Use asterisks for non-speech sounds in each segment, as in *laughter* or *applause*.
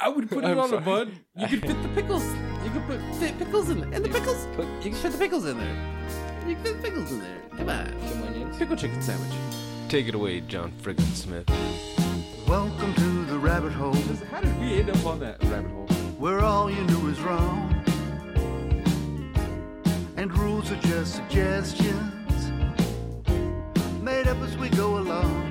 I would put it I'm on sorry. a bud. You could *laughs* fit the pickles. You could put fit pickles in there. And the pickles. Put You can fit the pickles in there. You can fit the pickles in there. Come on. some onions. Pickle chicken sandwich. Take it away, John Friggin Smith. Welcome to the rabbit hole How did we end up on that rabbit hole? where all you knew is wrong. And rules are just suggestions made up as we go along.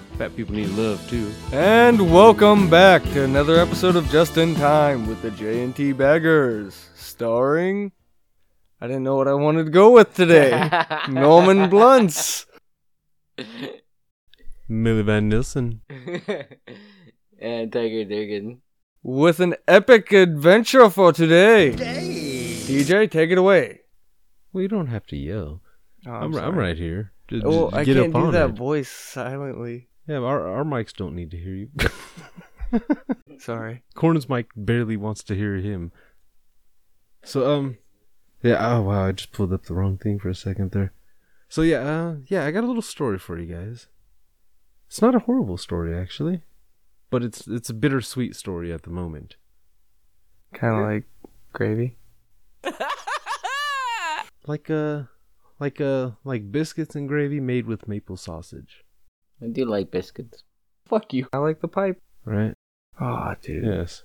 Fat people need love, too. And welcome back to another episode of Just in Time with the J&T Baggers, starring I didn't know what I wanted to go *laughs* with today. Norman Blunts. Millie Van Nielsen. and Tiger Durgan. With an epic adventure for today. DJ, take it away. Well, you don't have to yell. Oh, I'm, ri- I'm sorry. right here. Just, Well, just I get can't up do on that it. voice silently. Yeah, our, our mics don't need to hear you. *laughs* Sorry. Corn's mic barely wants to hear him. So um, yeah. Oh wow, I just pulled up the wrong thing for a second there. So yeah, uh, yeah, I got a little story for you guys. It's not a horrible story actually, but it's it's a bittersweet story at the moment. Kind *laughs* of like gravy. Like uh, like uh, like biscuits and gravy made with maple sausage. I do like biscuits. Fuck *laughs* you. I like the pipe. Right. Oh, dude. Yes.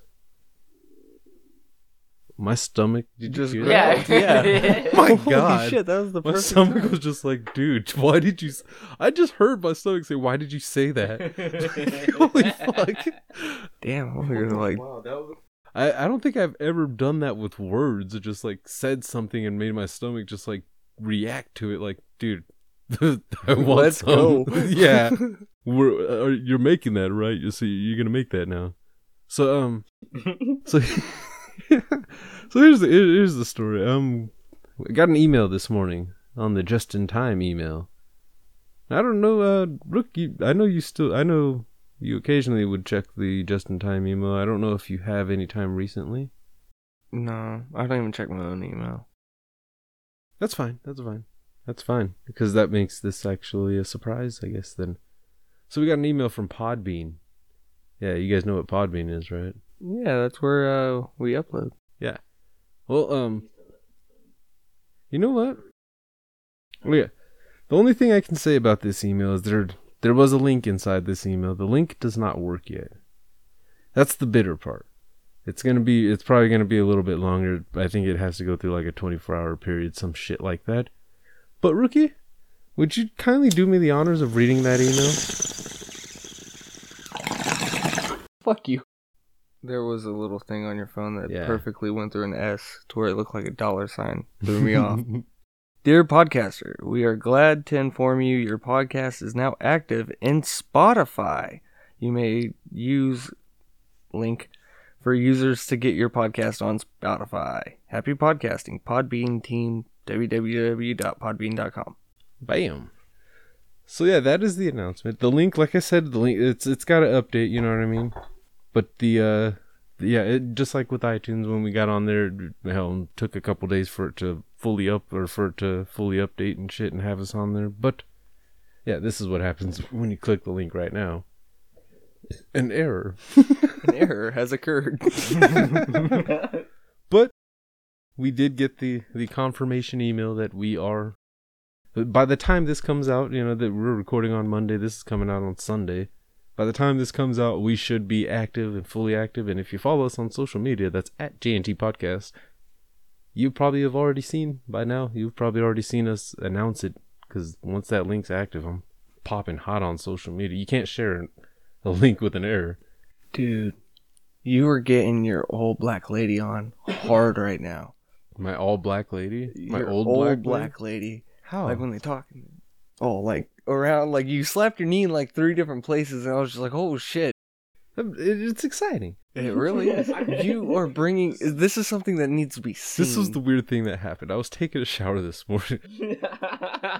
My stomach. Did Just you hear that? Yeah. Yeah. *laughs* Yeah. *laughs* My Holy God. shit, that was the My perfect stomach time. was just like, dude, *laughs* why did you? s- I just heard my stomach say, "Why did you say that?" *laughs* *laughs* Holy fuck! Damn, I'm over here like I I don't think I've ever done that with words. It just like said something and made my stomach just like react to it. Like, dude, *laughs* I want Let's some. go. *laughs* *laughs* yeah, we're are, you're making that right. You see, you're gonna make that now. So um, so *laughs* so here's the here- here's the story. Um, I got an email this morning on the just in time email. I don't know, uh, Rook. You, I know you still. I know you occasionally would check the just in time email. I don't know if you have any time recently. No, I don't even check my own email. That's fine. That's fine. That's fine because that makes this actually a surprise, I guess. Then, so we got an email from Podbean. Yeah, you guys know what Podbean is, right? Yeah, that's where uh, we upload. Yeah. Well, um, you know what? Oh yeah. The only thing I can say about this email is there there was a link inside this email. The link does not work yet. That's the bitter part. It's gonna be. It's probably gonna be a little bit longer. I think it has to go through like a 24 hour period, some shit like that. But rookie, would you kindly do me the honors of reading that email? Fuck you. There was a little thing on your phone that Yeah. perfectly went through an S to where it looked like a dollar sign. *laughs* Threw me off. Dear podcaster, we are glad to inform you your podcast is now active in Spotify. You may use link for users to get your podcast on Spotify. Happy podcasting, Podbean team, www.podbean.com. Bam. So yeah, that is the announcement. The link, like I said, the link it's it's got to update. You know what I mean? But the uh, yeah, it, just like with iTunes, when we got on there, hell, it took a couple days for it to fully up or for it to fully update and shit and have us on there. But yeah, this is what happens when you click the link right now. An error. An error has occurred. But we did get the the confirmation email that we are. By the time this comes out, you know that we're recording on Monday. This is coming out on Sunday. By the time this comes out, we should be active and fully active. And if you follow us on social media, that's at JNT Podcast. You probably have already seen by now. You've probably already seen us announce it 'cause because once that link's active, I'm popping hot on social media. You can't share a link with an error. Dude, you were getting your old black lady on hard right now. My all black lady, my Your old, black, lady? lady. How? Like when they talk. Oh, like around, like you slapped your knee in like three different places, and I was just like, oh shit. It- it's exciting. It *laughs* really is. you are bringing. This is something that needs to be seen. This was the weird thing that happened. I was taking a shower this morning,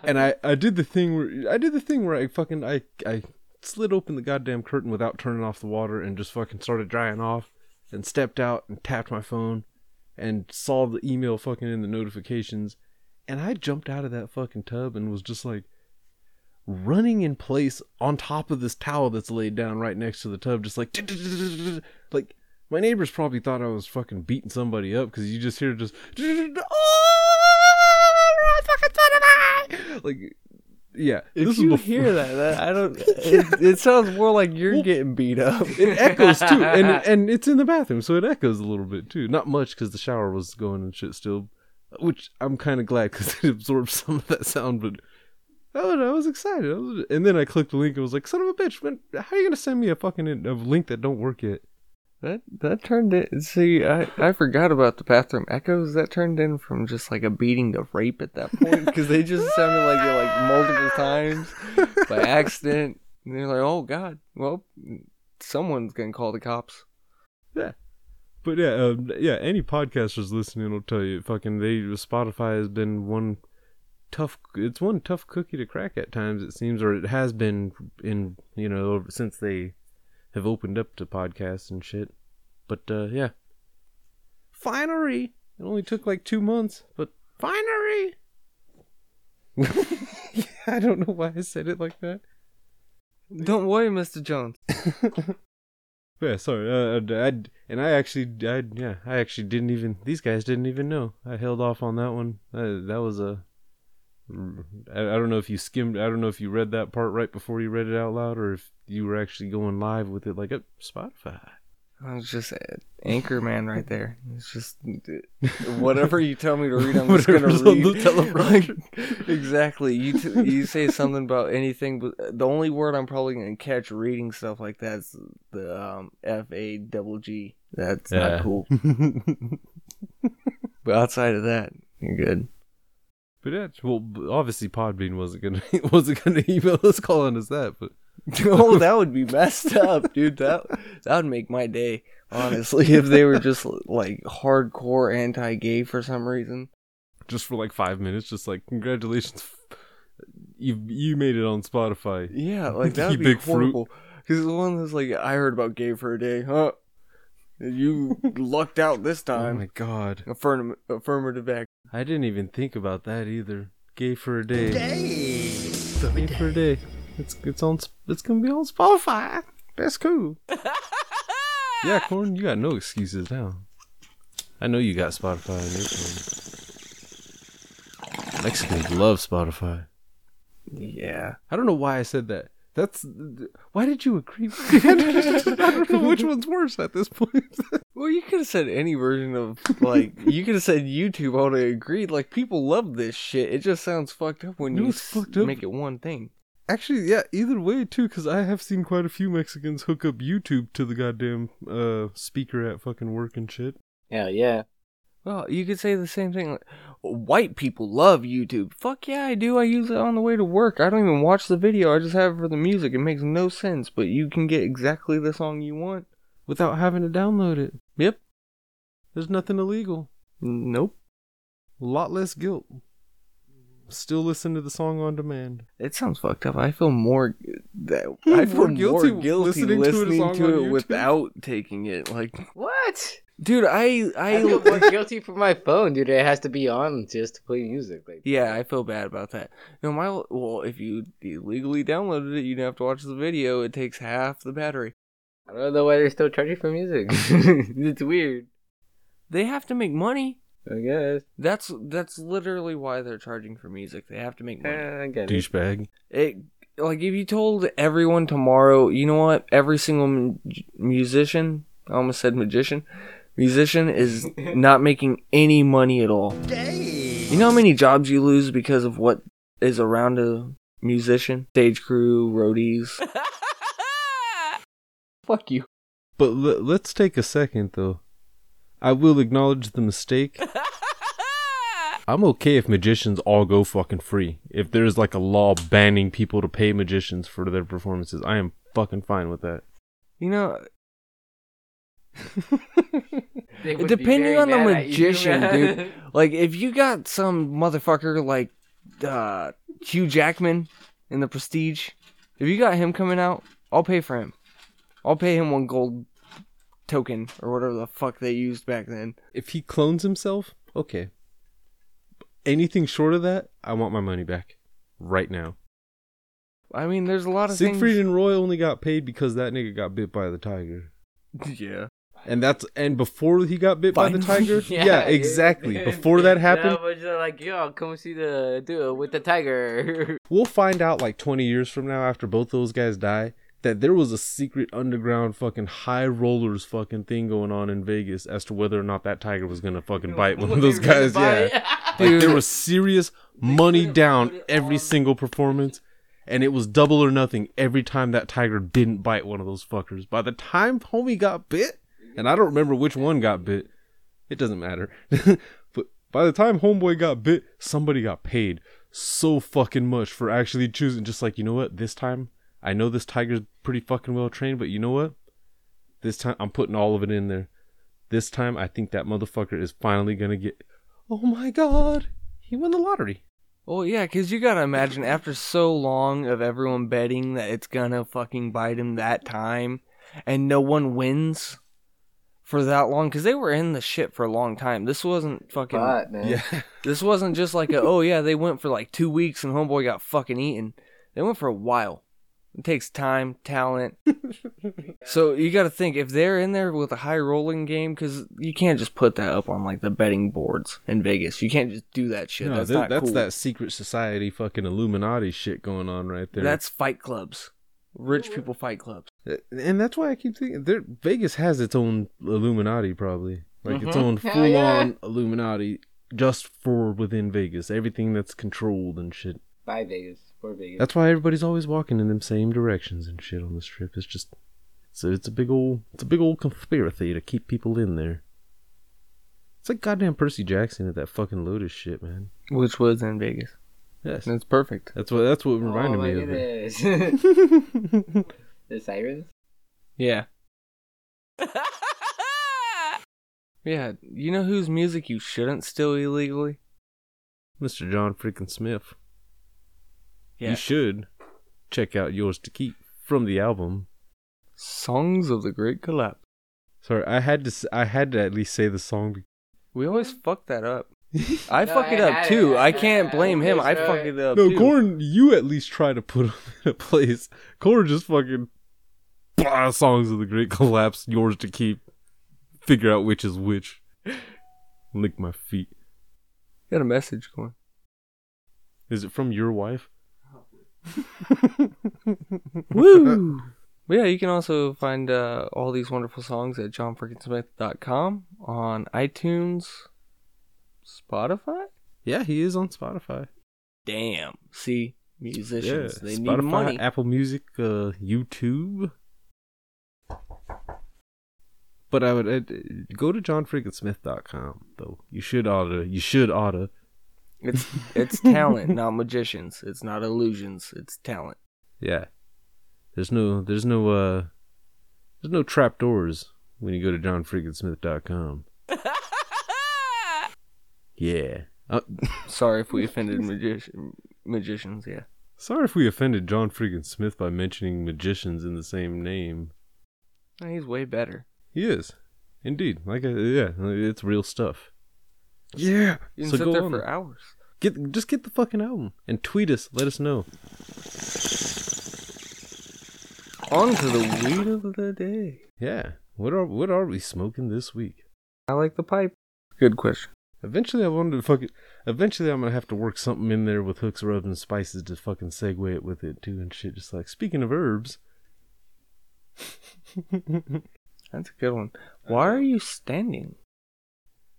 and I, I did the thing where I did the thing where I fucking I I slid open the goddamn curtain without turning off the water and just fucking started drying off, and stepped out and tapped my phone, and saw the email fucking in the notifications, and I jumped out of that fucking tub and was just like running in place on top of this towel that's laid down right next to the tub, just like *laughs* like my neighbors probably thought I was fucking beating somebody up because you just hear just *laughs* oh, I fucking son of a-" like yeah. If this you was before- hear that, that, I *laughs* don't. It, it sounds more like you're getting beat up. it echoes too, *laughs* and and it's in the bathroom, so it echoes a little bit too. Not much because the shower was going and shit still, which I'm kind of glad because *laughs* it absorbed some of that sound. But I don't know, I was excited, I was, and then I clicked the link and was like, "Son of a bitch, when, how are you gonna send me a fucking in- a link that don't work yet?" That that turned it. See, I I forgot about the bathroom echoes. That turned in from just like a beating to rape at that point because they just sounded like it like multiple times by accident. And they're like, oh god, well, someone's gonna call the cops. But yeah, um, yeah. Any podcasters listening will tell you, fucking, they Spotify has been one tough. It's one tough cookie to crack at times. It seems, or it has been in you know since they have opened up to podcasts and shit. But uh, yeah, finery. It only took like two months, but finery. *laughs* I don't know why I said it like that. Don't worry, Mister Jones. Yeah, sorry. Uh, I, I- and I actually, I, yeah, I actually didn't even. These guys didn't even know. I held off on that one. Uh, that was a. I, I don't know if you skimmed. I don't know if you read that part right before you read it out loud, or if you were actually going live with it, like up Spotify. I was just a- anchor man right there. It's just whatever you tell me to read, I'm just gonna Whatever's on read. the teleprompter. *laughs* Like, exactly. You t- you say something about anything, but the only word I'm probably gonna catch reading stuff like that's the um, F A double G. That's Yeah. not *laughs* cool. But outside of that, you're *laughs* good. but yeah, well, obviously Podbean wasn't gonna *laughs* wasn't gonna email us calling us that, but oh, that would be messed up, dude. That that would make my day, honestly. If they were just like hardcore anti-gay for some reason. just for like five minutes, just like congratulations, *laughs* you you made it on Spotify. *laughs* Yeah, like that You would be big fruit. horrible. Because the one that's like, I heard about gay for a day, huh? *laughs* You lucked out this Oh time. my god. Affirm- affirmative act. I didn't even think about that either. Gay for a day. Gay for a day. It's it's on. Sp- It's gonna be on Spotify. That's *laughs* cool. yeah, Corn, you got no excuses now. I know you got Spotify on your phone. Mexicans love Spotify. Yeah. I don't know why I said that. That's why did you agree? *laughs* I don't know which one's worse at this point. Well, you could have said any version of *laughs* like you could have said YouTube. I would have agreed. Like people love this shit. It just sounds fucked up when No, you it's s- fucked up. make it one thing. Actually, yeah, either way too, because I have seen quite a few Mexicans hook up YouTube to the goddamn uh speaker at fucking work and shit. Hell yeah. Well, you could say the same thing. Like, White people love YouTube. Fuck yeah, I do. I use it on the way to work. I don't even watch the video. I just have it for the music. It makes no sense, but you can get exactly the song you want. Without having to download it. Yep. There's nothing illegal. Nope. A lot less guilt. Still listen to the song on demand. It sounds fucked up. I feel more that I *laughs* feel More more guilty guilty, listening listening, to it as long to on it, YouTube? without taking it. Like, What? dude, I I feel I more guilty for my phone, dude. It has to be on just to play music. Like, yeah, I feel bad about that. No, my well, if you illegally downloaded it, you'd have to watch the video. It takes half the battery. I don't know why they're still charging for music. *laughs* it's weird. They have to make money. I guess. That's that's literally why they're charging for music. They have to make money. Uh, I get it. Douchebag. It, like if you told everyone tomorrow, you know what? Every single mu- musician, I almost said magician, musician is not making any money at all. You know how many jobs you lose because of what is around a musician, stage *laughs* crew, roadies. Fuck you. But l- let's take a second, though. I will acknowledge the mistake. I'm okay if magicians all go fucking free. If there's like a law banning people to pay magicians for their performances, I am fucking fine with that. You know, *laughs* They would be very depending on the mad at you, magician, man. *laughs* dude. Like, if you got some motherfucker like uh, Hugh Jackman in The Prestige, if you got him coming out, I'll pay for him. I'll pay him one gold token or whatever the fuck they used back then. If he clones himself, okay. Anything short of that, I want my money back. Right now. I mean, there's a lot of Siegfried and Roy only got paid because that nigga got bit by the tiger. things. *laughs* yeah. And that's and before he got bit by the tiger? *laughs* yeah, *laughs* exactly. Before that happened, No, but you're like, yo, come see the dude with the tiger. We'll find out like 20 years from now after both those guys die that there was a secret underground fucking high rollers fucking thing going on in Vegas as to whether or not that tiger was going to fucking *laughs* *laughs* bite one of *laughs* those guys. Yeah. Like there was serious money down every single performance and it was double or nothing every time that tiger didn't bite one of those fuckers. By the time homie got bit, and I don't remember which one got bit, it doesn't matter. *laughs* but by the time homeboy got bit, somebody got paid so fucking much for actually choosing just like, you know what, this time I know this tiger's pretty fucking well trained, but you know what? This time I'm putting all of it in there. This time I think that motherfucker is finally gonna get Oh my god. He won the lottery. Well, yeah, because you gotta imagine after so long of everyone betting that it's gonna fucking bite him that time, and no one wins for that long, because they were in the shit for a long time. This wasn't fucking. But, man. This wasn't just like a oh yeah they went for like two weeks and homeboy got fucking eaten. They went for a while. It takes time, talent. so you got to think if they're in there with a high rolling game because you can't just put that up on like the betting boards in Vegas. You can't just do that shit. No, that's that- not that's cool. that secret society fucking Illuminati shit going on right there. That's fight clubs. Rich people fight clubs. and that's why I keep thinking there Vegas has its own Illuminati probably. Like its Mm-hmm. Mhm. own Hell full on Illuminati just for within Vegas. Everything that's controlled and shit. By Vegas. For Vegas. That's why everybody's always walking in them same directions and shit on this trip. It's just so it's a big old it's a big old conspiracy to keep people in there. It's like goddamn Percy Jackson at that fucking Lotus shit, man. Which was in Vegas. Yes. And it's perfect. That's what that's what Oh, reminded me look of at it. this. *laughs* the *laughs* sirens? Yeah. Yeah. You know whose music you shouldn't steal illegally? Mr. John freaking Smith. Yeah. You should check out yours to keep from the album. Songs of the Great Collapse. Sorry, I had to s- I had to at least say the song. be- We always fuck that *laughs* up. I No, fuck I it up had too. it. I can't I blame him. I always fuck know it up. no, too. Corn, you at least try to put *laughs* 'em in a place. Corn just fucking bah, songs of the Great Collapse. Yours to keep. Figure out which is which. Lick my feet. Got a message, *laughs* Corn. Is it from your wife? Woo! But yeah, you can also find uh, all these wonderful songs at johnfrickinsmith.com on iTunes, Spotify. Yeah, he is on Spotify. Damn. See, Yeah, musicians, they Spotify, need money. Apple Music, uh, YouTube. But I would I'd, uh, go to johnfreakinsmith.com though. You should oughta. You should oughta. *laughs* It's it's talent, not magicians. It's not illusions. It's talent. Yeah. There's no there's no uh there's no trapdoors when you go to *laughs* johnfreakinsmith.com. yeah. Uh, Sorry if we offended magician magicians. Yeah. sorry if we offended John Freakin Smith by mentioning magicians in the same name. No, he's way better. He is. Indeed. Like uh, yeah, it's real stuff. Yeah. You can so sit go there on. for hours. Get just get the fucking album and tweet us. Let us know. On to the weed of the day. Yeah. What are what are we smoking this week? I like the pipe. *laughs* Good question. Eventually, I wanted to fucking. Eventually, I'm gonna have to work something in there with hooks, rubs, and spices to fucking segue it with it too and shit. Just like speaking of herbs, That's a good one. Why are you standing?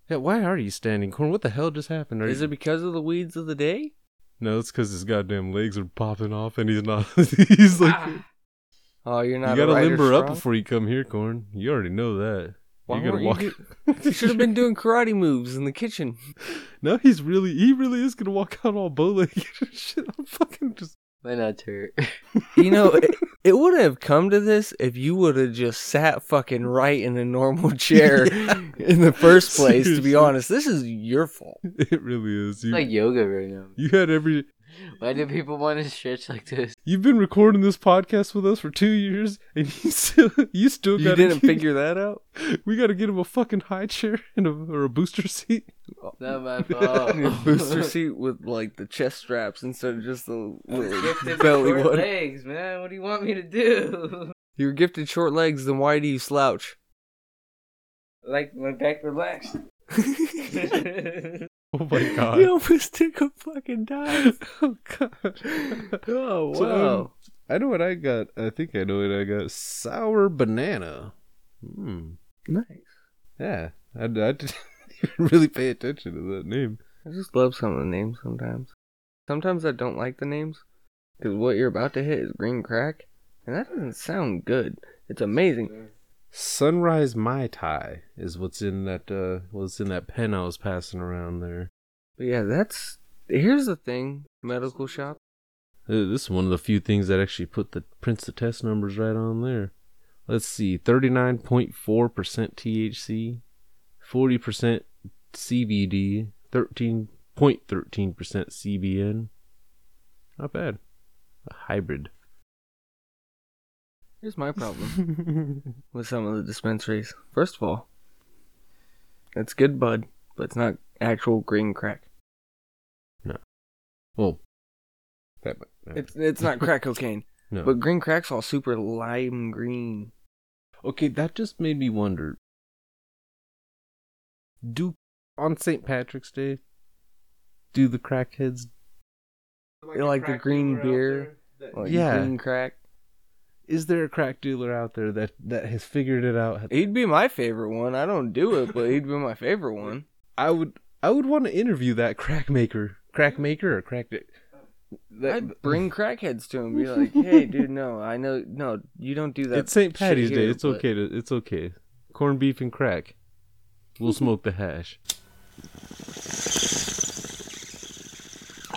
yeah. Why are you standing corn? What the hell just happened? Are Is you- it because of the weeds of the day? No, it's because his goddamn legs are popping off and he's not. *laughs* he's like, Oh, you're you Ah, not. gotta a rider limber up strong? before you come here, Corn. You already know that. Why you gotta weren't walk. You, do- you should have been doing karate moves in the kitchen. now he's really, he really is gonna walk out all bow legged *laughs* and shit. I'm fucking *laughs* just. My nuts hurt. You know, it, it wouldn't have come to this if you would have just sat fucking right in a normal chair in the first place. To Seriously. be honest, this is your fault. *laughs* It really is. You, It's like yoga right now. you had every. Why do people want to stretch like this? You've been recording this podcast with us for two years, and *laughs* you still, you still You got. *laughs* didn't figure that out. We gotta get him a fucking high chair and a, or a booster seat. Not my fault. *laughs* Booster seat with like the chest straps instead of just the little Gifted belly short one. legs, man. What do you want me to do? *laughs* You're gifted short legs, then why do you slouch? like my back relaxed. *laughs* Oh *laughs* my god. You almost took a fucking dive. *laughs* Oh god. Oh wow. So, um, I know what I got. I think I know what I got. Sour banana. Hmm. nice. Yeah. I, I didn't *laughs* even really pay attention to that name. I just love some of the names sometimes. Sometimes I don't like the names because what you're about to hit is green crack, and that doesn't sound good. It's amazing. Sunrise Mai Tai is what's in that uh what's in that pen I was passing around there. But yeah, that's here's the thing. Medical shop. *laughs* Uh, This is one of the few things that actually put the prints the test numbers right on there. Let's see, thirty nine point four percent THC, forty percent CBD, thirteen point thirteen percent CBN. Not bad. A *laughs* hybrid. Here's my problem with some of the dispensaries. First of all, it's good bud, but it's not actual green crack. Well, that might, that- It's it's not *laughs* crack cocaine, no. but green crack's all super lime green. okay, that just made me wonder. Do on St. Patrick's Day, do the crackheads? Like, the green beer, like Yeah. green crack. Is there a crack dealer out there that that has figured it out? He'd be my favorite one. I don't do it, but he'd be my favorite one. I would I would want to interview that crack maker, crack maker or crack dick. That- I'd bring crackheads to him, *laughs* be like, "Hey, dude, no, I know, no, you don't do that." it's St. shit Patty's Day. here, It's but okay to it's okay. Corned beef and crack. We'll smoke the hash.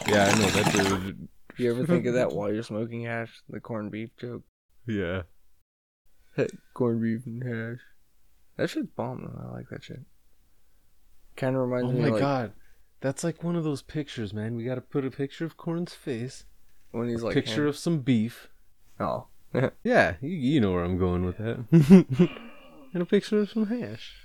Yeah, I know that's a, You ever think *laughs* of that while you're smoking hash? The corned beef joke, yeah. *laughs* corned beef and hash. That shit's bomb though. I like that shit. Kind of reminds Oh me my of like, god. That's like one of those pictures, man. We got to put a picture of Corn's face, when he's like picture of some beef. Oh, *laughs* Yeah, you, you know where I'm going with *laughs* that. and a picture of some hash.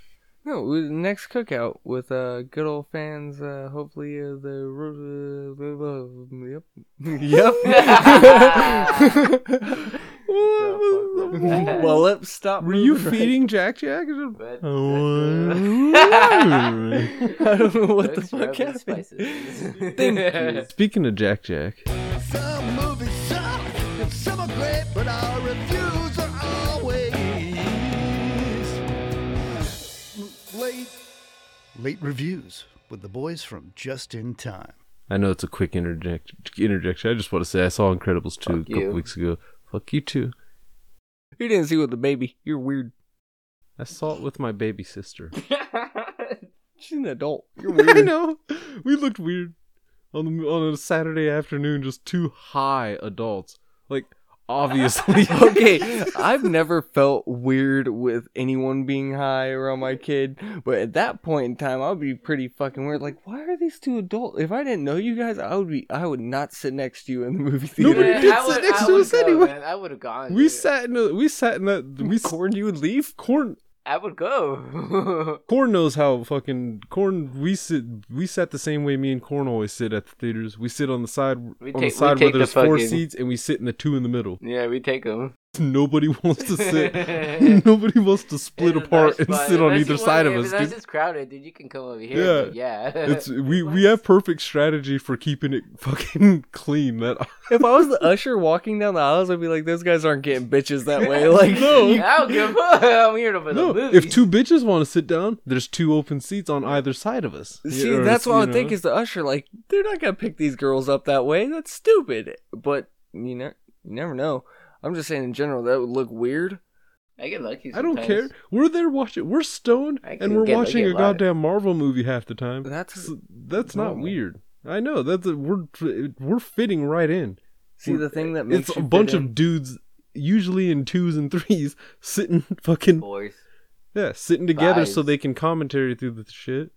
No, we- next cookout with uh, good old fans. Uh, hopefully, uh, the ro- *laughs* uh, blah, blah, blah, yep, *laughs* *laughs* *laughs* yep. well, up, stop. Were you moving. feeding Jack Jack? But- Oh, I don't know what the Jokes, fuck rub, and happened. spices. *laughs* *laughs* Speaking of Jack Jack, Some movies suck and some are great, but our reviews are always late. Late reviews with the boys from Just in Time. I know it's a quick interject interjection. I just want to say I saw Incredibles two Fuck a couple you. weeks ago. Fuck you too. You didn't see with the baby. You're weird. I saw it with my baby sister. She's an adult. *laughs* You're I weird. know. We looked weird on the, on a Saturday afternoon, just two high adults. Like *laughs* obviously, okay, I've never felt weird with anyone being high around my kid, but at that point in time, I would be pretty fucking weird. Like, why are these two adults? If I didn't know you guys, I would be. I would not sit next to you in the movie theater. Nobody Man, did I sit would- next I to would us go, anyway. man. I would have gone. we dude. sat in a, we sat in that we corn you would leave corn I would go. *laughs* Corn knows how fucking corn. We sit, we sat the same way me and corn always sit at the theaters. We sit on the side, We on take- we the side where take the there's four fucking- *laughs* seats, and we sit in the two in the middle. yeah, we take them. Nobody wants to sit. *laughs* Nobody wants to split It's a apart nice and spot. sit on Unless either you want- side of if us. It's nice, Dude. it's crowded, dude. You can come over here. but Yeah. *laughs* It's we we have perfect strategy for keeping it *laughs* fucking clean. *laughs* That *laughs* If I was the usher walking down the aisles, I'd be like, "Those guys aren't getting bitches that way." Like, I don't give *laughs* a fuck. I'm here for no, the movie. if two bitches want to sit down, there's two open seats on either side of us. See, Or, that's what I you would think know. is the usher. Like, they're not gonna pick these girls up that way. That's stupid. But you know, you never know. I'm just saying in general that would look weird. I get lucky. I don't sometimes. care. We're there watching. We're stoned, I and can we're get- I watching a get a lot. goddamn Marvel movie half the time. That's So that's not normal. weird. I know that's a, we're we're fitting right in. see the thing that makes It's a you fit bunch in- of dudes, usually in twos and threes, *laughs* sitting fucking Boys. yeah, sitting together so Vibes. they can commentary through the shit.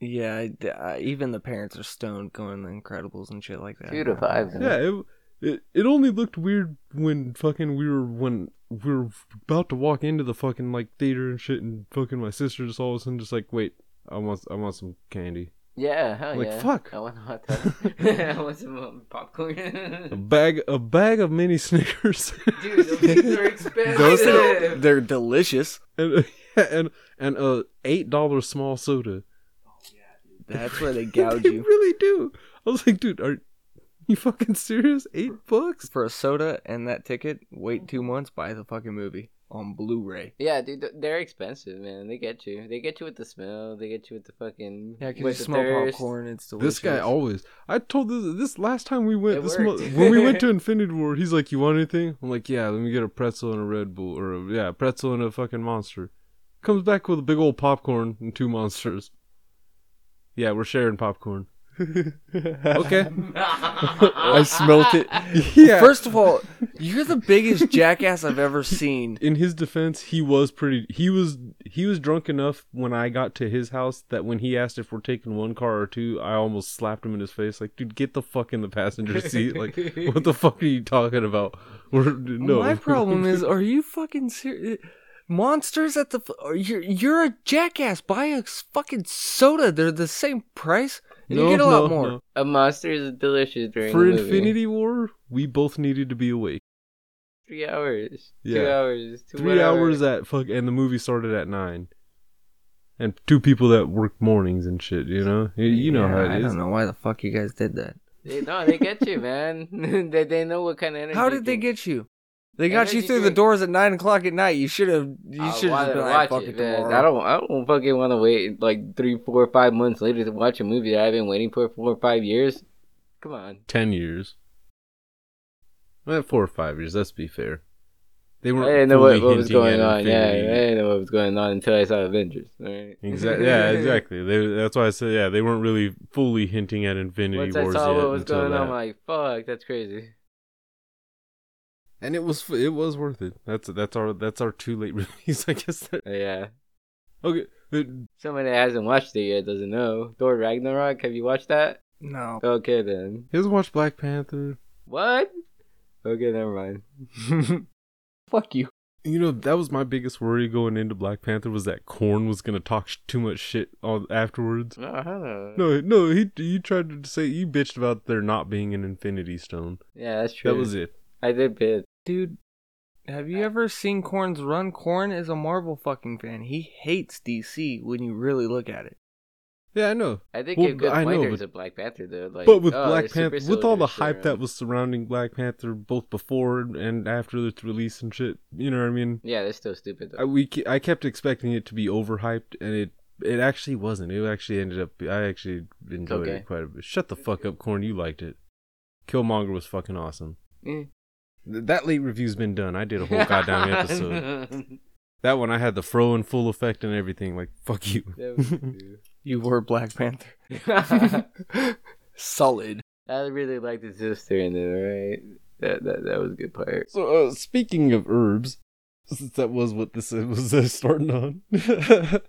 yeah. I d- I- even the parents are stoned going the Incredibles and shit like that. Two to five. Yeah, it, it it only looked weird when fucking we were when we were about to walk into the fucking like theater and shit, and fucking my sister just all of a sudden just like, wait, I want I want some candy, Yeah, hell Like, yeah. fuck. I want a hot dog. *laughs* I want some um, popcorn. *laughs* a Dude, bag a bag of mini Snickers. *laughs* those things are expensive. Those *laughs* are, they're delicious. and and and a eight dollar small soda. That's where they *laughs* gouge They you *laughs* really do. I was like, dude, are you fucking serious? Eight bucks? for a soda and that ticket. Wait two months, buy the fucking movie on Blu-ray. yeah, dude, th- they're expensive, man. They get you. They get you with the smell. They get you with the fucking. Yeah, 'cause with you the smell thirst. popcorn. It's delicious. This guy always. I told this this last time we went It this worked. month when we went to *laughs* Infinity War. He's like, you want anything? I'm like, yeah. Let me get a pretzel and a Red Bull, or a, yeah, pretzel and a fucking monster. Comes back with a big old popcorn and two monsters. Yeah, we're sharing *laughs* popcorn. *laughs* okay. I *laughs* smelt it. Yeah. First of *laughs* all, you're the biggest jackass I've ever seen. in his defense, he was pretty. He was he was drunk enough when I got to his house that when he asked if we're taking one car or two, I almost slapped him in his face. Like, dude, get the fuck in the *laughs* passenger seat. Like, what the fuck are you talking about? We're, *laughs* no. My problem is, are you fucking serious? Monsters at the f- are you're you're a jackass. Buy a s- fucking soda. They're the same price. and No, you get a no, lot more. no. A monster is delicious *laughs* during For the movie. Infinity War, we both needed to be awake. Three hours. Two Yeah. hours. Two Three hours hours. at fuck, and the movie started at nine. And two people that work mornings and shit, you know, you, you know how Yeah, I it is. don't know why the fuck you guys did that. They, no, they get you, man. *laughs* they, they know what kind of energy. How did they drink- get you? They got you Energy through the drink. doors at nine o'clock at night. You should have. You I should have wanted been to like, watch fuck it it, man. tomorrow. I don't. I don't fucking want to wait like three, four, five months later to watch a movie that I've been waiting for four or five years. Come on. ten years. Well, four or five years. Let's be fair. They I weren't. didn't know what, fully what was hinting at going on. Yeah, I Infinity. didn't know what was going on until I saw Avengers. Right? Exactly. *laughs* Yeah, exactly. They, that's why I said yeah. They weren't really fully hinting at Infinity Once I Wars saw yet what was until going that. on, I'm like, fuck, that's crazy. and it was f- it was worth it. That's that's our that's our too late *laughs* release. I guess. That, Yeah. okay. but Someone that hasn't watched it yet doesn't know. Thor Ragnarok, have you watched that? No. Okay then. he hasn't watched Black Panther. What? Okay, never mind. *laughs* Fuck you. You know that was my biggest worry going into Black Panther was that Corn was gonna talk sh- too much shit on afterwards. No, I don't know. No, no. He you tried to say you bitched about there not being an Infinity Stone. Yeah, that's true. That was it. I did bid. Dude, have you ever seen Korn's run? Korn is a Marvel fucking fan. He hates DC when you really look at it. Yeah, I know. I think Well, gave good I know, pointers but- of Black Panther though. Like, but with oh, Black there's super Panther, with all the soldiers hype that around. was surrounding Black Panther, both before and after its release and shit, you know what I mean? Yeah, they're still stupid I, though. we ke- I kept expecting it to be overhyped, and it it actually wasn't. It actually ended up. I actually enjoyed Okay. it quite a bit. Shut the fuck up, Corn. You liked it. Killmonger was fucking awesome. Eh. Th- That late review's been done. I *laughs* did a whole goddamn episode. That one I had the fro in full effect and everything. Like *laughs* fuck you. That was You were Black Panther. stupid. Solid. *laughs* *laughs* I really liked his sister in it, right? That that that was a good part. So uh, speaking of herbs, since that was what this *laughs* was uh, starting on, *laughs* I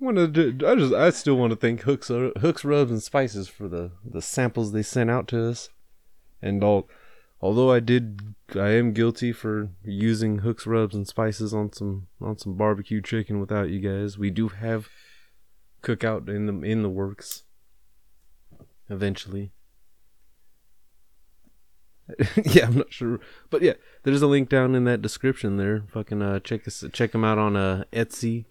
want to do, I just I still want to thank Hooks uh, Hooks Rubs and Spices for the the samples they sent out to us, and all. Although I did, I am guilty for using Hooks Rubs and Spices on some on some barbecue chicken without you guys. We do have cookout in the in the works. Eventually. *laughs* yeah, I'm not sure, but yeah, there's a link down in that description there. Fucking uh, check us, check them out on uh, Etsy.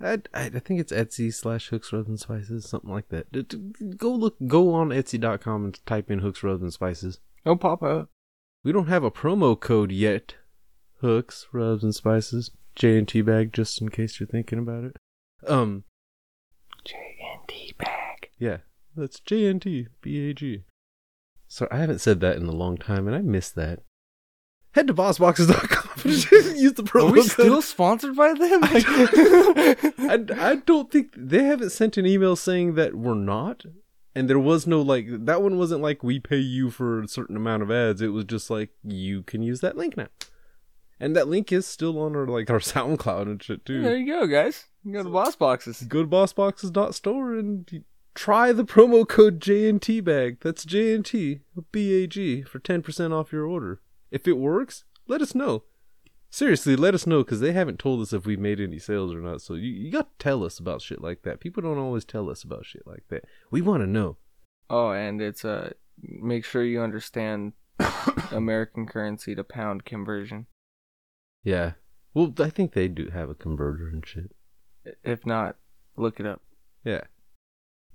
I, I I think it's Etsy slash Hooks Rubs and Spices, something like that. D- d- Go look, go on Etsy.com and type in Hooks Rubs and Spices. Oh, pop up. We don't have a promo code yet. Hooks, rubs, and spices. J and T bag, just in case you're thinking about it. Um, J&T bag. yeah, that's J and T B A G. So I haven't said that in a long time, and I missed that. Head to bossboxes.com *laughs* and use the Are promo we code. still sponsored by *laughs* them? I, I don't think they haven't sent an email saying that we're not. And there was no like that one wasn't like we pay you for a certain amount of ads. It was just like you can use that link now. And that link is still on our like our *laughs* SoundCloud and shit *laughs* there too. you go, guys. You go to boss boxes. Go to bossboxes.store and you- try the promo code JNT bag. That's JNT B A G for 10% off your order. If it works, let us know. Seriously, let us know because they haven't told us if we've made any sales or not. So you, you got to tell us about shit like that. People don't always tell us about shit like that. We want to know. Oh, and it's uh, make sure you *coughs* understand American currency to pound conversion. Yeah. Well, I think they do have a converter and shit. If not, look it up. Yeah. *laughs*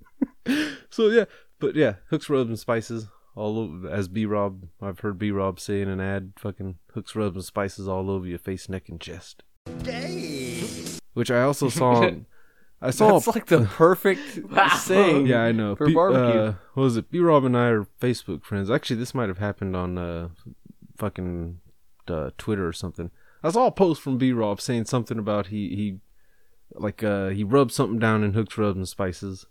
so yeah, but yeah, hooks, rubs, and spices all over. As B Rob, I've heard B Rob say in an ad, fucking hooks, rubs, and spices all over your face, neck, and chest. Which I also *laughs* saw. on- I saw. That's like the perfect *laughs* Wow. saying. yeah, I know. For barbecue. Uh, what was it? B Rob and I are Facebook friends. Actually, this might have happened on uh, fucking uh, Twitter or something. I saw a post from B Rob saying something about he he like uh, he rubbed something down in hooks, rubs, and spices,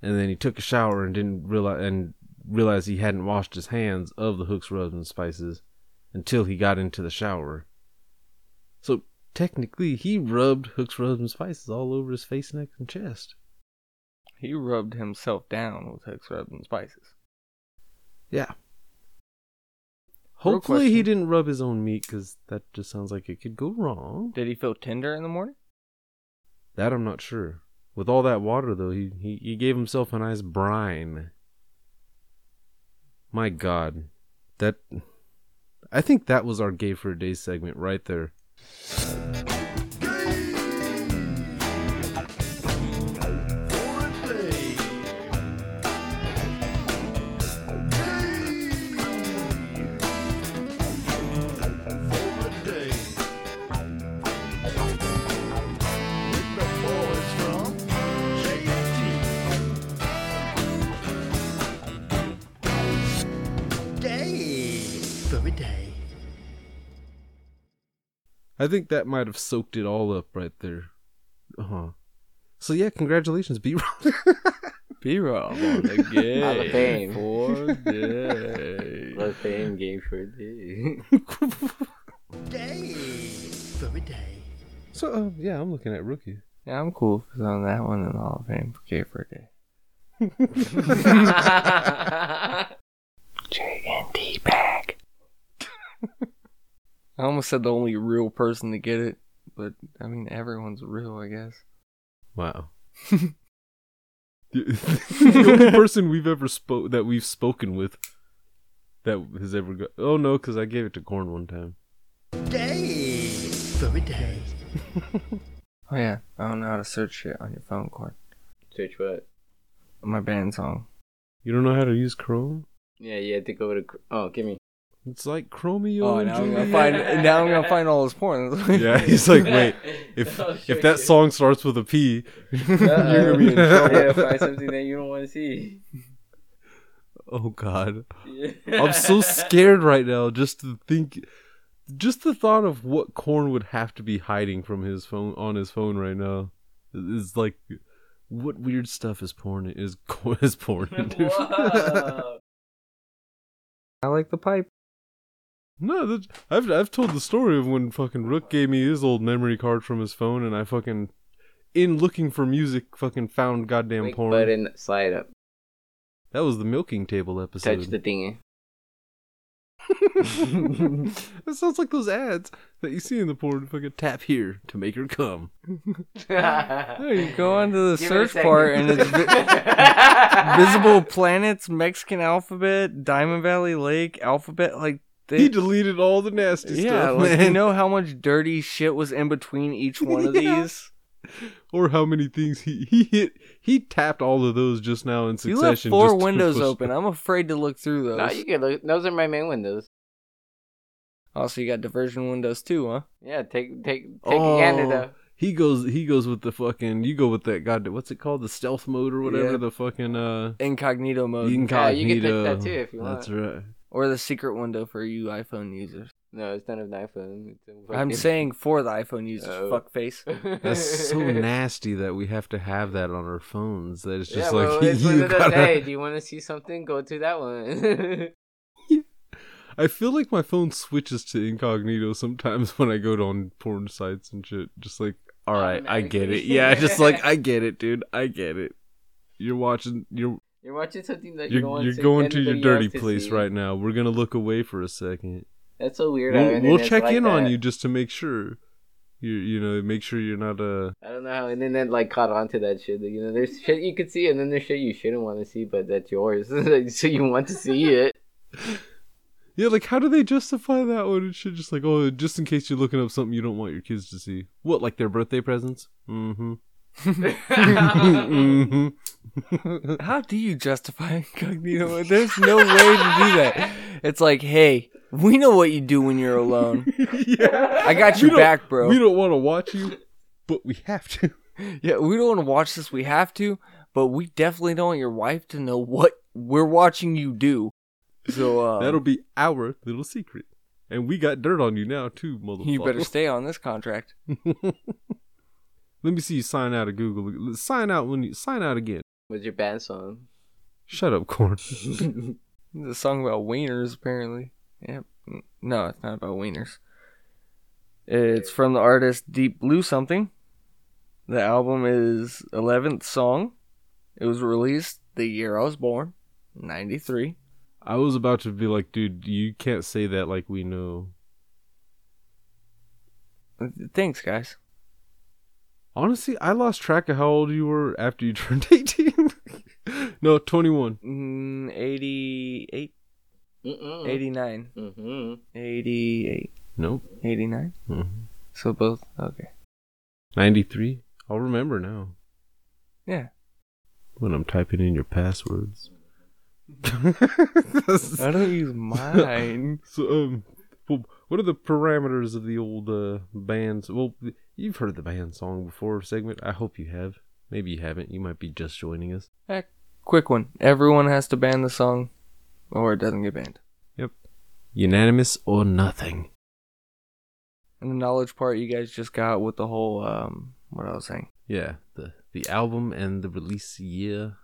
and then he took a shower and didn't realize and realized he hadn't washed his hands of the hooks, rubs, and spices until he got into the shower. So technically, he rubbed hooks, rubs, and spices all over his face, neck, and chest. He rubbed himself down with hex rub and spices. Yeah. Real Hopefully he question. didn't rub his own meat because that just sounds like it could go wrong. Did he feel tender in the morning? That I'm not sure. With all that water though, he he, he gave himself a nice brine. My God, that I think that was our gay for a day segment right there. I think that might have soaked it all up right there. Uh huh. So yeah, congratulations, B. B rob on the *laughs* Hall of game. Fame. *laughs* Four day. Hall of Fame game for a *laughs* day. So uh, yeah, I'm looking at rookie. Yeah, I'm cool if it's on that one and Hall of Fame for K for a day. JNT bag. *laughs* I almost said the only real person to get it, but I mean everyone's real, I guess. Wow. *laughs* the only person we've ever spoke that we've spoken with that has ever got. Oh no, because I gave it to Corn one time. Oh yeah, I don't know how to search shit on your phone cord. Search what? My band song. You don't know how to use Chrome? Yeah, you had to go to. Oh, give me. It's like Chromeo. Oh, and now I'm Juliet. gonna find now I'm gonna find all his porn. *laughs* *laughs* Yeah, he's like, *laughs* wait, if Oh, if shit. that song starts with a P, *laughs* you're gonna *laughs* be in trouble. Uh-uh. yeah, find something that you don't want to see. *laughs* Oh God, Yeah. I'm so scared right now just to think, just the thought of what Corn would have to be hiding from his phone on his phone right now is like, what weird stuff is porn is co- is porn. *laughs* dude? Whoa. *laughs* I like the pipe. no, that, I've I've told the story of when fucking Rook gave me his old memory card from his phone, and I fucking in looking for music fucking found goddamn Click porn. Button, slide up. That was the milking table episode. Touch the thingy. *laughs* that sounds like those ads that you see in the porn. Fucking tap here to make her come. No, you go onto the Give it a search bar and second. it's vi- *laughs* visible planets, Mexican alphabet, Diamond Valley Lake alphabet. Like He they, deleted all the nasty yeah, stuff, like man. you know how much dirty shit was in between each one *laughs* of Yeah. these. or how many things he he hit. He tapped all of those just now in You succession. left four just *laughs* to windows push- open. I'm afraid to look through those. no, you can look. Those are my main windows. Also, you got diversion windows too, huh? Yeah, take take take Oh. Canada. He goes. He goes with the fucking. You go with that god. What's it called? The stealth mode or whatever. Yeah. The fucking uh. Incognito mode Incognito. Yeah, you can take that too if you That's want. *laughs* right. or the secret window for you iPhone users. No, it's not an iPhone. It's a I'm fucking- *laughs* saying for the iPhone users, Oh. fuckface. That's so nasty that we have to have that on our phones. That it's yeah, just well, like it's *laughs* one you of those, gotta- hey, do you want to see something? Go to that one. *laughs* I feel like my phone switches to incognito sometimes *laughs* when I go to on porn sites and shit. Just like, all right, I get it. Automatically. Yeah, *laughs* just like I get it, dude. I get it. You're watching. You're you're watching something that you you're, don't want you're to going to your anybody else dirty to place see. right now. We're gonna look away for a second. That's so weird. how We'll, we'll internet's check like in on that. you just to make sure. You you know make sure you're not uh I don't know how internet like caught on to that shit. You know, there's shit you could see, and then there's shit you shouldn't want to see, but that's yours, *laughs* so you want to *laughs* see it. *laughs* yeah like how do they justify that one and shit just like oh just in case you're looking up something you don't want your kids to see what like their birthday presents mm-hmm *laughs* mm-hmm *laughs* How do you justify *laughs* incognito mode? There's no way to do *laughs* that. It's like, hey, we know what you do when you're alone. yeah I *laughs* got We your don't- back, bro. we don't want to watch you but we have *laughs* to yeah, we don't want to watch this. We have to, but we definitely don't want your wife to know what we're watching you do. So uh, that'll be our little secret and we got dirt on you now too motherfucker you better stay on this contract. let me see you sign out of Google sign out when you sign out again What's your band song? shut up corn *laughs* It's a song about wieners, apparently. Yep. N- No, it's not about wieners. It's from the artist Deep Blue Something. The album is 11th song. It was released the year I was born, 93. I was about to be like, dude, you can't say that like we know. Thanks, guys. Honestly, I lost track of how old you were after you *laughs* turned 18. no, 21. Mm, 88, Hmm. Mm-mm. 89, Mm-hmm. 88, Nope. 89. Mhm. So both, okay. 93. I'll remember now. Yeah. When I'm typing in your passwords. *laughs* I don't use mine. *laughs* so, um, well, what are the parameters of the old uh, bands? Well, you've heard the band song before segment. I hope you have. Maybe you haven't. You might be just joining us. Eh, Quick one. Everyone has to ban the song or it doesn't get banned. Unanimous or nothing. And the knowledge part you guys just got with the whole um what I was saying. Yeah, the the album and the release year.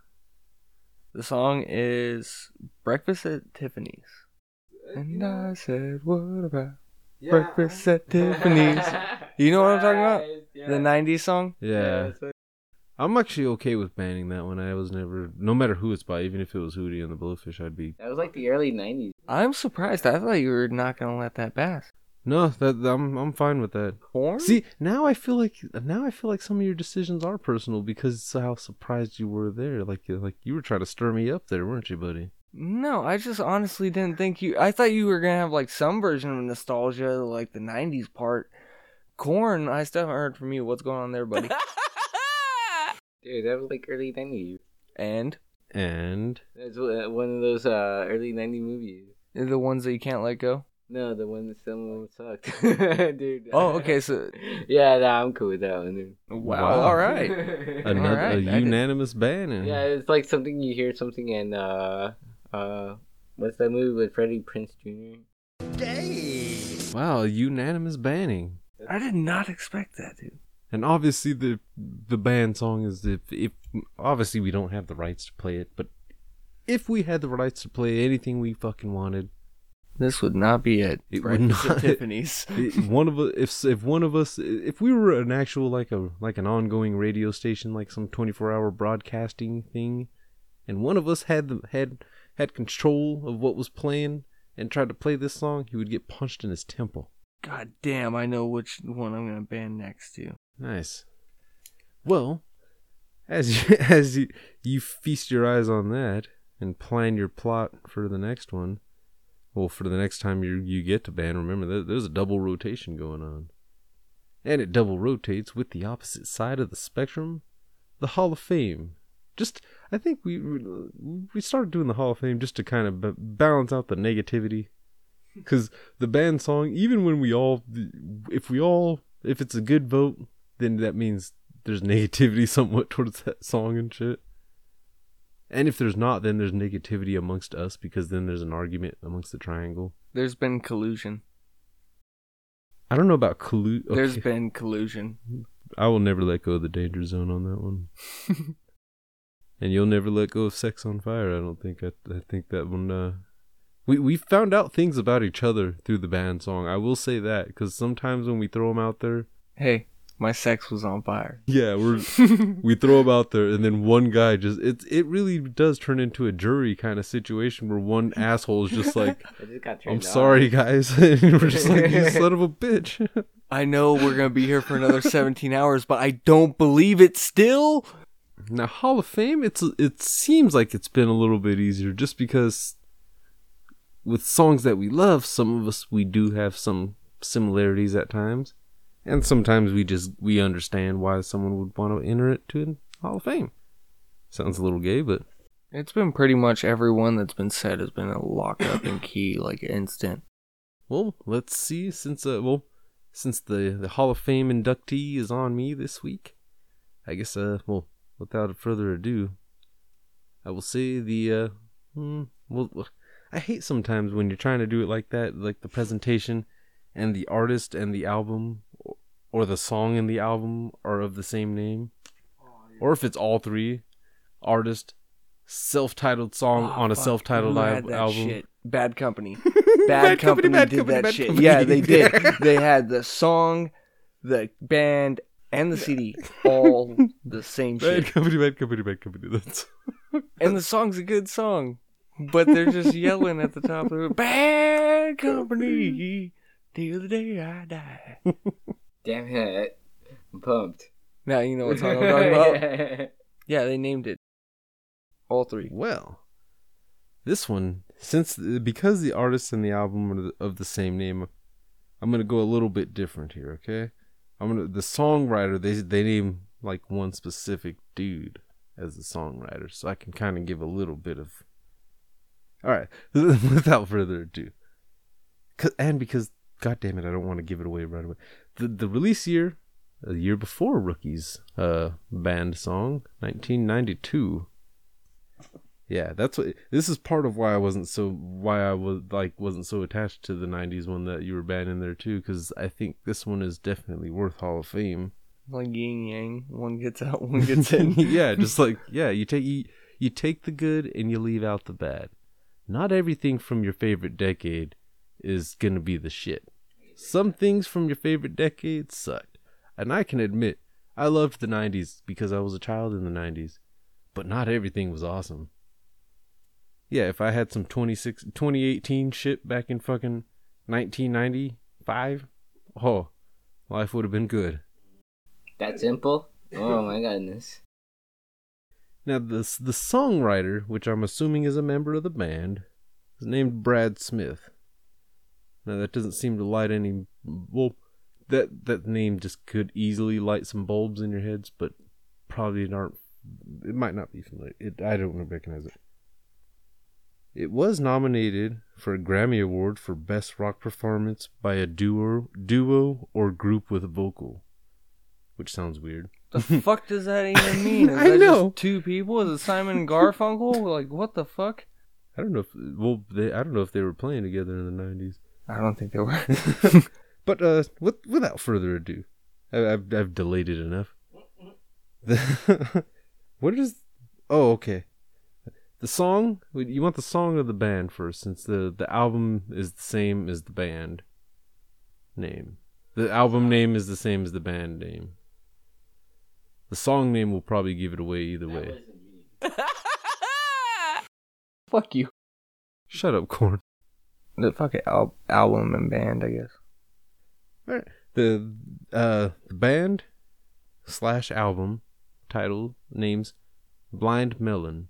The song is Breakfast at Tiffany's. And I said, What about Breakfast at Tiffany's? *laughs* You know what I'm talking about? The nineties song? Yeah. I'm actually okay with banning that one. I was never, no matter who it's by, even if it was Hootie and the Blowfish, I'd be That was like the early '90s. I'm surprised. I thought you were not gonna let that pass. no. That I'm I'm fine with that. Porn? See, now I feel like now I feel like some of your decisions are personal because of how surprised you were there. Like you- like you were trying to stir me up there, weren't you, buddy? No, I just honestly didn't think you I thought you were gonna have like some version of nostalgia, like the nineties part. Corn, I still haven't heard from you. What's going on there, *laughs* buddy? Dude, that was like early '90s. and And That's uh, one of those uh, early '90 movies. the ones that you can't let go. No, the one that someone sucked, *laughs* dude. Oh, okay, so yeah, nah, I'm cool with that one, dude. Wow. Wow. Oh, All *laughs* right. another Alright, I a did- unanimous ban. and- Yeah, it's like something you hear something in uh uh what's that movie with Freddie Prince Jr. Wow, a unanimous banning. I did not expect that, dude. And obviously the the band song is if if obviously we don't have the rights to play it, but if we had the rights to play anything we fucking wanted, This would not be it. It would Breakfast not. *laughs* at Tiffany's. it- one of us if if one of us if we were an actual like a like an ongoing radio station like some 24-hour broadcasting thing and one of us had the had had control of what was playing and tried to play this song, he would get punched in his temple. God damn, I know which one I'm gonna ban next to. Nice. Well, as you, *laughs* as you, you feast your eyes on that and plan your plot for the next one, well, for the next time you you get to ban, remember there, there's a double rotation going on, and it double rotates with the opposite side of the spectrum, the Hall of Fame. Just I think we we started doing the Hall of Fame just to kind of b- balance out the negativity, because the band song, even when we all, if we all, if it's a good vote, then that means there's *laughs* negativity somewhat towards that song and shit. And if there's not, then there's negativity amongst us because then there's an argument amongst the triangle. There's been collusion. I don't know about collu. There's okay. been collusion. I will never let go of the danger zone on that one. and you'll never let go of sex on fire. I don't think. I, I think that one. Uh, we we found out things about each other through the band song. I will say that because sometimes when we throw them out there, Hey, my sex was on fire. yeah, we're we throw them out there, and then one guy just it it really does turn into a jury kind of situation where one asshole is just like, I just got turned "I'm on. sorry, guys," *laughs* and we're just like, "You son of a bitch." *laughs* I know we're gonna be here for another 17 hours, but I don't believe it still. Now Hall of Fame, it's it seems like it's been a little bit easier just because with songs that we love, some of us we do have some similarities at times, and sometimes we just we understand why someone would want to enter it to the Hall of Fame. Sounds a little gay, but It's been pretty much everyone that's been said has been locked up *coughs* in key like instant. well, let's see since uh well since the the Hall of Fame inductee is on me this week, I guess uh well without further ado, I will say the uh hmm, well well, I hate sometimes when you're trying to do it like that, like the presentation and the artist and the album or- or the song and the album are of the same name, or if it's all three, artist, self-titled song Oh, on a fuck. self-titled Who al- had that album. Shit? *laughs* Bad Company. Bad, Bad Company, Company, Bad did Company, that Bad shit. Company. Yeah, *laughs* they did. they had the song, the band, and the CD all *laughs* the same shit. Bad company, bad company, bad company. That's And the song's a good song, but *laughs* they're just yelling at the top of the Bad Company till the day I die. Damn it. I'm pumped. Now you know what song I'm talking about. *laughs* yeah. Yeah. they named it. All three. Well, this one, since because the artist and the album are the- of the same name, I'm gonna go a little bit different here. Okay, I'm gonna the songwriter they they name like one specific dude as the songwriter, so I can kind of give a little bit of. All right, *laughs* without further ado, 'Cause- and because God damn it, I don't want to give it away right away. The the release year, the year before Rookie's uh band song, 1992. Yeah, that's what this is part of why I wasn't so why I was like wasn't so attached to the 90s one that you were banning there too cuz I think this one is definitely worth Hall of Fame. Like yin yang. One gets out, *laughs* one gets in. yeah, just like yeah, you take you, you take the good and you leave out the bad. Not everything from your favorite decade is going to be the shit. Some things from your favorite decade sucked. And I can admit, I loved the 90s because I was a child in the 90s, but not everything was awesome. Yeah, if I had some 26 2018 shit back in fucking 1995, oh, life would have been good. *laughs* That simple? Oh my goodness. Now, the the songwriter, which I'm assuming is a member of the band, is named Brad Smith. Now, that doesn't seem to light any. Well, that that name just could easily light some bulbs in your heads, but probably aren't. It might not be familiar. It, I don't recognize it. It was nominated for a Grammy Award for Best Rock Performance by a duo, duo or group with vocal, which sounds weird. The fuck does that *laughs* even mean? Is I that know. Just two people? Is it Simon and Garfunkel? like what the fuck? I don't know if well, they, I don't know if they were playing together in the '90s. I don't think they were. *laughs* But uh, with, without further ado, I, I've I've delayed it enough. *laughs* The, what is? Oh, okay. The song wait, you want the song of the band first, since the the album is the same as the band name. The album name is the same as the band name. The song name will probably give it away either way. Fuck you. Shut up, corn. The fucking al- album and band, I guess. The uh the band slash album title names Blind Melon.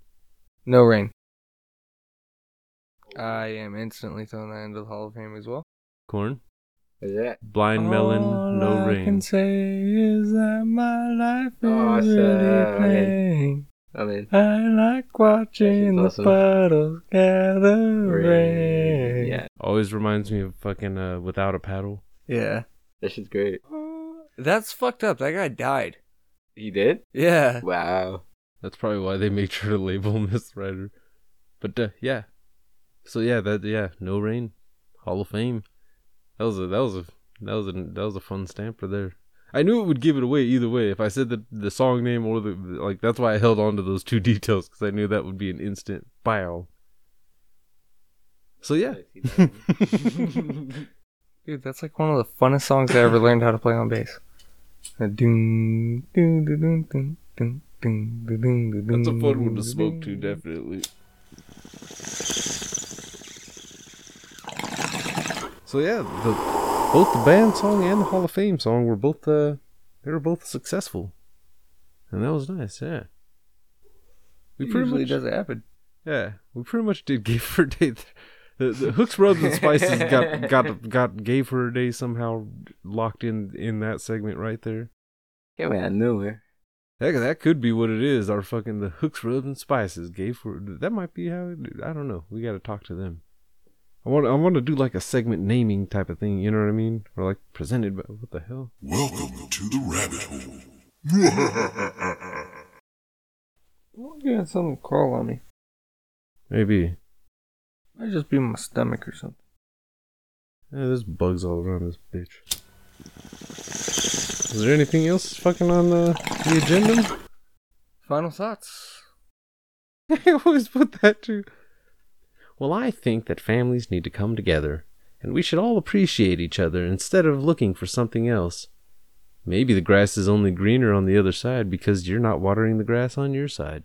No rain. I am instantly throwing that into the Hall of Fame as well. Corn. Is that? Blind Melon, no All I can rain. say is that my life is Awesome. really playing. I mean, I like watching That's awesome. the puddles gather rain. yeah, Always reminds me of fucking uh, Without a Paddle. Yeah. that shit's great. That's fucked up. That guy died. He did? Yeah. Wow. That's probably why they make *laughs* sure to label him as writer. But uh, yeah, so yeah, that yeah, no rain, Hall of Fame. That was a that was a that was a that was a fun stamper there. I knew it would give it away either way if I said the the song name or the like. That's why I held on to those two *laughs* details because I knew that would be an instant bow. So yeah, Dude, that's like one of the funnest songs I ever learned how to play on bass. That's that's a a fun one to smoke to definitely. So yeah, the both the band song and the Hall of Fame song were both uh they were both successful, and that was nice. Yeah, we pretty usually much doesn't happen. yeah we pretty much did give her a day. The, the hooks, rubs, and spices got got got gave her a day somehow locked in in that segment right there. Came out of nowhere. Heck, that could be what it is. Our fucking the hooks, rubs, and spices gave for that might be how it, I don't know. We got to talk to them. I want I want to do like a segment naming type of thing. You know what I mean? Or like presented by what the hell? Welcome to the rabbit *laughs* hole. You had something crawl on me. Maybe Might just be my stomach or something. yeah, there's bugs all around this bitch. Is there anything else fucking on the, the agenda? Final thoughts. *laughs* I always put that too. Well, I think that families need to come together, and we should all appreciate each other instead of looking for something else. Maybe the grass is only greener on the other side because you're not watering the grass on your side.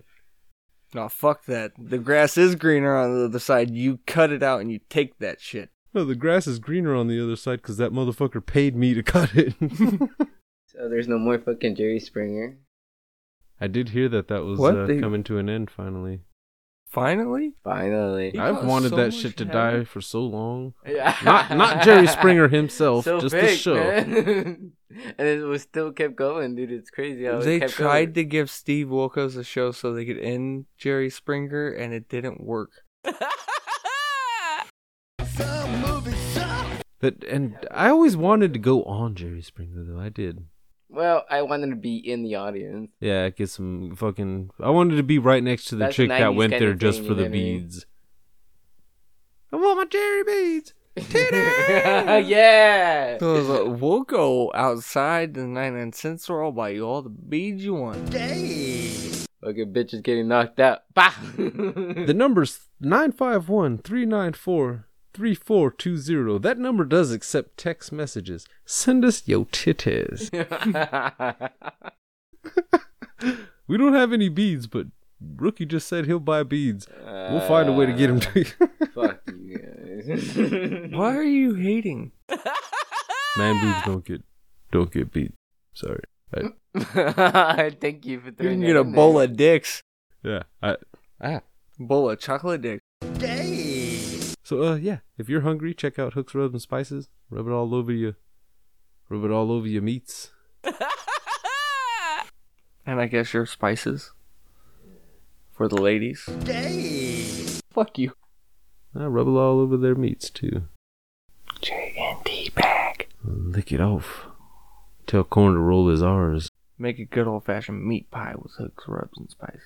No, fuck that. The grass is greener on the other side. You cut it out and you take that shit. No, the grass is greener on the other side because that motherfucker paid me to *laughs* cut it. So there's no more fucking Jerry Springer. I did hear that that was What? uh, They- coming to an end finally. Finally? Finally. He I've caused wanted so that much shit to die havoc. for so long. Not not Jerry Springer *laughs* himself, just the show. man. *laughs* and it was still kept going, dude. It's crazy how They it kept tried going. to give Steve Wilkos a show so they could end Jerry Springer, and it didn't work. That and I always wanted to go on Jerry Springer though. I did. Well, I wanted to be in *laughs* the audience. *laughs* Yeah, get some fucking. I wanted to be right next to the That's chick that 90s went kind there of just thing, for you the know what I mean? beads. I want my cherry beads. *laughs* *laughs* yeah. So I was like, we'll go outside the 99 cent store. I'll buy you all the beads you want. Fucking bitch is getting knocked out. *laughs* Bah. The number's 951 394 3420. That number does accept text messages. Send us yo titties. We don't have any beads, but Rookie just said he'll buy beads. We'll find a way to get him to *laughs* you. *laughs* Fuck you guys. *laughs* Why are you hating? Man, boobs don't get don't get beat. Sorry. Thank you for You can throwing that get a in bowl there. of dicks. Yeah. I Ah. Bowl of chocolate dicks. So uh yeah, if you're hungry, check out Hooks Rubs and Spices. Rub it all over you. Rub it all over your meats. And I guess your spices. For the ladies. Fuck you. Uh, rub it all over their meats too. J&D bag. Lick it off. Tell Corn to roll his R's. Make a good old fashioned meat pie with hooks, rubs, and spices.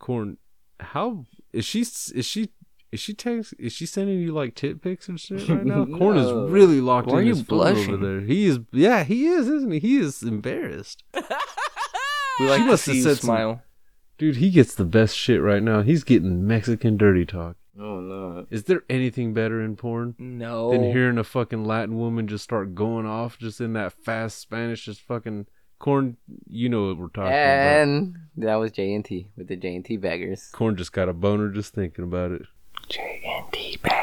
Corn, how is she? Is she? Is she text? Is she sending you like tit pics and shit right *laughs* now? Corn is No. really locked Why in are you his phone over blushing? there. He is. Yeah, he is, isn't he? He is *laughs* embarrassed. We like to must have see you said some- smile. Dude, he gets the best shit right now. He's getting Mexican dirty talk. Oh no. Is there anything better in porn? No. than hearing a fucking Latin woman just start going off just in that fast Spanish, just fucking corn. You know what we're talking about. And that was JNT with the JNT baggers. Corn just got a boner just thinking about it. J&D bag.